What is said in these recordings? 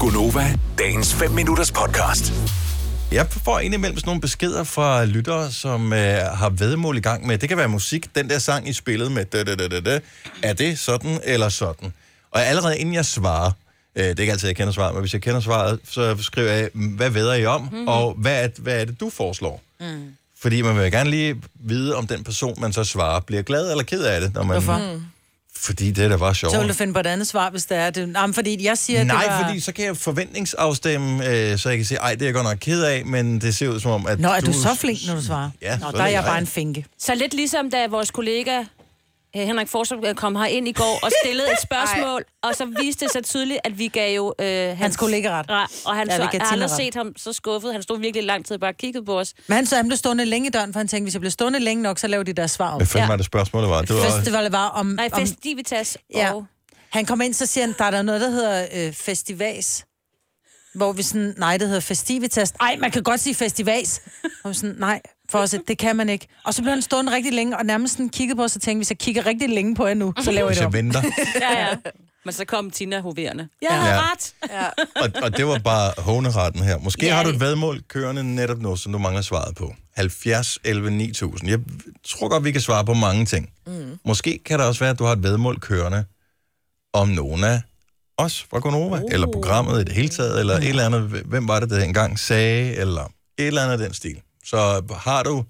Gunova, dagens 5 minutters podcast. Jeg får indimellem sådan nogle beskeder fra lyttere, som øh, har vedmål i gang med, det kan være musik, den der sang, I spillede med, da, da, da, da, da, er det sådan eller sådan? Og allerede inden jeg svarer, øh, det er ikke altid, jeg kender svaret, men hvis jeg kender svaret, så skriver jeg, hvad ved I om, Mhm. mm-hmm. og hvad er, hvad er det, du foreslår? Mm. Fordi man vil gerne lige vide, om den person, man så svarer, bliver glad eller ked af det. Når man, Hvorfor? Fordi det er da bare sjovt. Så vil du finde på et andet svar, hvis det er det. Jamen, fordi jeg siger, Nej, det var... fordi så kan jeg forventningsafstemme, øh, så jeg kan sige, ej, det er jeg godt nok ked af, men det ser ud som om, at Nå, er du så flink, når du svarer? Ja, Nå, så der er det jeg dig. bare en finke. Så lidt ligesom da vores kollega øh, Henrik Forsum øh, kom her ind i går og stillede et spørgsmål, og så viste det sig tydeligt, at vi gav jo øh, hans, kollega ret. Ra- og han Ja, ja, vi gav så, jeg har Tina aldrig ret. set ham så skuffet. Han stod virkelig lang tid og bare kiggede på os. Men han, så han blev stående længe i døren, for han tænkte, hvis jeg blev stående længe nok, så laver de deres svar om. Hvad fanden ja. Ja. var det spørgsmålet var? Det var Festivalet var om... Nej, om festivitas ja. og... Han kom ind, så siger han, der er der noget, der hedder øh, festivas. Hvor vi sådan, nej, det hedder festivitas. Ej, man kan godt sige festivas. Og vi sådan, nej, for os, det kan man ikke. Og så blev han stående rigtig længe, og nærmest sådan kiggede på os og tænkte, hvis jeg kigger rigtig længe på jer nu, så laver jeg hvis det jeg venter. om. Ja, ja. Men så kom Tina hoverende. Jeg Ja. havde Ja. ret. Og, og det var bare håneretten her. Måske ja, Ja, har du et det- vedmål kørende netop nu, som du mangler svaret på. 70, 11, 9000. Jeg tror godt, vi kan svare på mange ting. Mm. Måske kan det også være, at du har et vedmål kørende om nogen af os fra Gonova, uh. eller programmet i det hele taget, eller et eller andet, hvem var det, der engang sagde, eller et eller andet af den stil. Så har du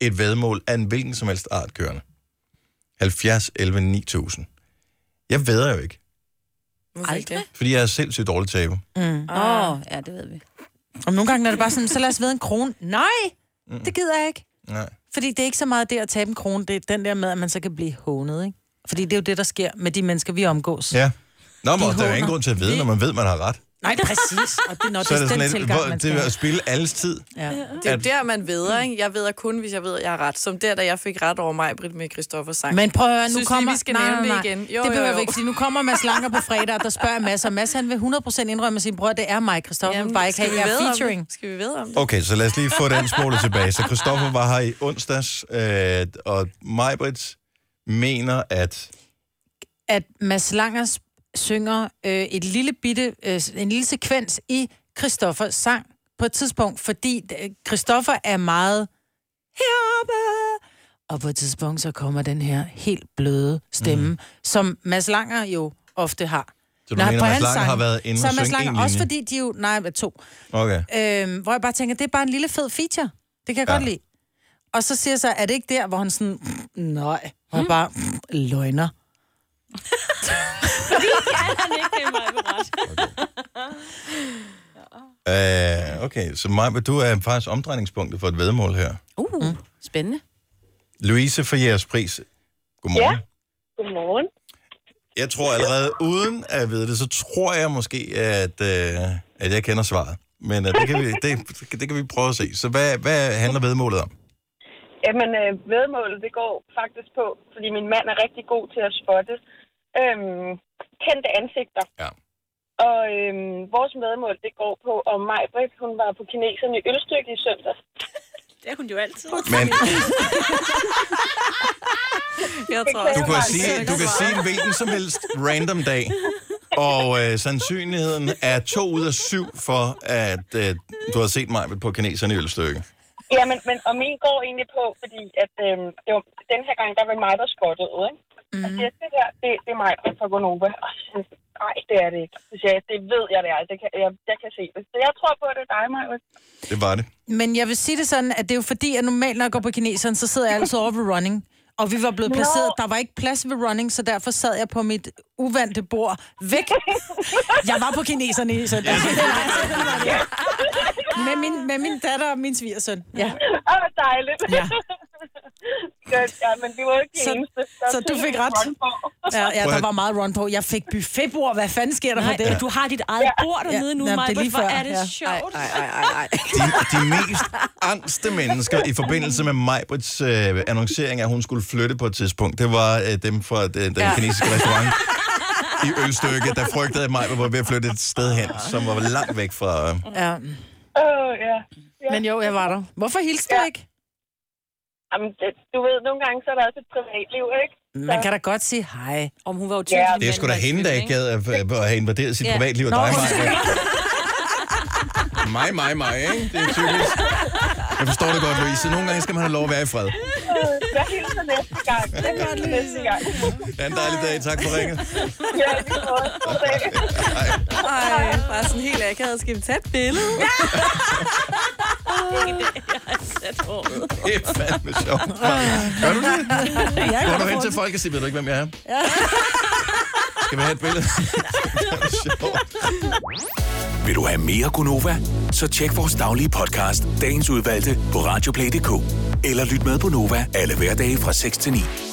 et vedmål af en hvilken som helst art kørende? 70, 11, 9000. Jeg ved jo ikke, Hvorfor ikke det? fordi jeg er sindssygt dårlig taber. Åh, oh, ja, det ved vi. Og nogle gange er det bare sådan, så lad os ved en krone. Nej, det gider jeg ikke. Nej. Fordi det er ikke så meget det at tabe en krone, det er den der med, at man så kan blive hånet, ikke? Fordi det er jo det, der sker med de mennesker, vi omgås. Ja. Nå, men der er jo håner. ingen grund til at vide, når man ved, man har ret. Nej, præcis. Og det er, når Så er det sådan det er den lidt, tilgang, hvor, man det skal er at have. spille alles tid. Ja. Det er jo At- der, man ved, ikke? Jeg ved kun, hvis jeg ved, at jeg har ret. Som der, da jeg fik ret over mig, Britt, med Christoffers sang. Men prøv at høre, nu Synes vi, kommer... vi skal nævne det igen? Jo, det jo, behøver jo. vi ikke sige. Nu kommer Mads Langer på fredag, og der spørger Mads, og Mads han vil 100% indrømme sin bror, det er mig, Christoffer, Jamen, bare ikke skal have vi jeg vide er om featuring. det? Skal vi vide om det? Okay, så lad os lige få den smule tilbage. Så Christoffer var her i onsdags, øh, og Majbrit mener, at... At Mads Langers synger øh, et lille bitte, øh, en lille sekvens i Christoffers sang på et tidspunkt, fordi øh, Christoffer er meget heroppe, og på et tidspunkt så kommer den her helt bløde stemme, mm. som Mads Langer jo ofte har. Mhm. Så du Når- mener, på Mads hans Langer sange. har været inde Så og er Mads synge Langer, én Også linje. fordi de jo, nej, hvad, to. Okay. Øhm, hvor jeg bare tænker, det er bare en lille fed feature. Det kan jeg Ja. ja. godt lide. Og så siger jeg så, er det ikke der, hvor han sådan, nej, Mhm. og hmm. bare "Mm, løgner. Han ikke gav mig ret. Øh, okay, så Majbrit, du er faktisk omdrejningspunktet for et vedmål her. Uh, spændende. Louise for jeres pris. Godmorgen. Ja. Godmorgen. Jeg tror allerede, uden at vide det, så tror jeg måske, at, øh, at jeg kender svaret. Men øh, det, kan vi, det, det kan vi prøve at se. Så hvad, hvad handler vedmålet om? Jamen, øh, vedmålet, det går faktisk på, fordi min mand er rigtig god til at spotte øhm, kendte ansigter. Ja. Og øhm, vores vedmål, det går på, om maj Britt, hun var på kineserne i Ølstykke i søndags. Det er hun jo altid. Men Jeg tror Du også. kan, sige, du kan sige en hvilken som helst random dag, og øh, sandsynligheden er to ud af syv for, at øh, du har set mig på kineserne i ølstykke. Ja, men, men og min går egentlig på, fordi at øhm, det var, den her gang, der var mig, der spottede, ikke? Mm. Og siger, det her, det, det er mig fra Gonova. Og så siger jeg, nej, det er det ikke. Så siger jeg, det ved jeg, det er. Det kan, jeg, jeg kan se det. Så jeg tror på, at det er dig, Maja. Det var det. Men jeg vil sige det sådan, at det er jo fordi, at normalt, når jeg går på kineseren, så sidder jeg altid over ved running. Og vi var blevet placeret, der var ikke plads ved running, så derfor sad jeg på mit uvante bord væk. Jeg var på kineserne i søndag. Med min, med min datter og min svigersøn. Ja. Åh, hvor dejligt. Ja. Godt, ja, men vi var jo ikke de Så- eneste. Der så er du fik tydeligvis ret. mange på. Ja, ja, Prøv at- der var meget run på. Jeg fik buffetbord. Hvad fanden sker der for Nej, det? du har dit eget bord dernede nu, Ja, ja, det er lige Maja. Hvor før, er det ja. Ej, sjovt. ej, ej, ej, ej. De, de mest angste mennesker i forbindelse med Majbrits øh, annoncering, af, at hun skulle flytte på et tidspunkt, det var øh, dem fra den, den ja. kinesiske restaurant i Ølstykke, der frygtede, at Majbrit var ved at flytte et sted hen, som var langt væk fra... Øh. Ja. Åh, ja. Men jo, jeg var der. Hvorfor hilste du Ja. ikke? Jamen, det, du ved, nogle gange så er der også et privatliv, ikke? Man kan da godt sige hej. Om hun var jo Ja, tydeligt. Det er sgu da hende, der ikke gad at, at, at have invaderet sit Ja. privatliv og Nå, dig, undskyld. Maja. Mig, mig, mig, ikke? Det er typisk. Jeg forstår det godt, Louise. Nogle gange skal man have lov at være i fred. Jeg hilser næste gang. Jeg hilser næste gang. Ha' en dejlig dag. Tak for ringet. Ja, i lige måde. God dag. Ej, bare sådan helt akavet. Skal vi tage et billede? Det er fandme sjovt. Maja. Gør du det? Går du hen til folk og siger, ved du ikke, hvem jeg er? Skal vi have et billede? Det er sjovt. Vil du have mere Gunova? Så tjek vores daglige podcast, dagens udvalgte, på radioplay.dk. Eller lyt med på Nova alle hverdage fra 6 til 9.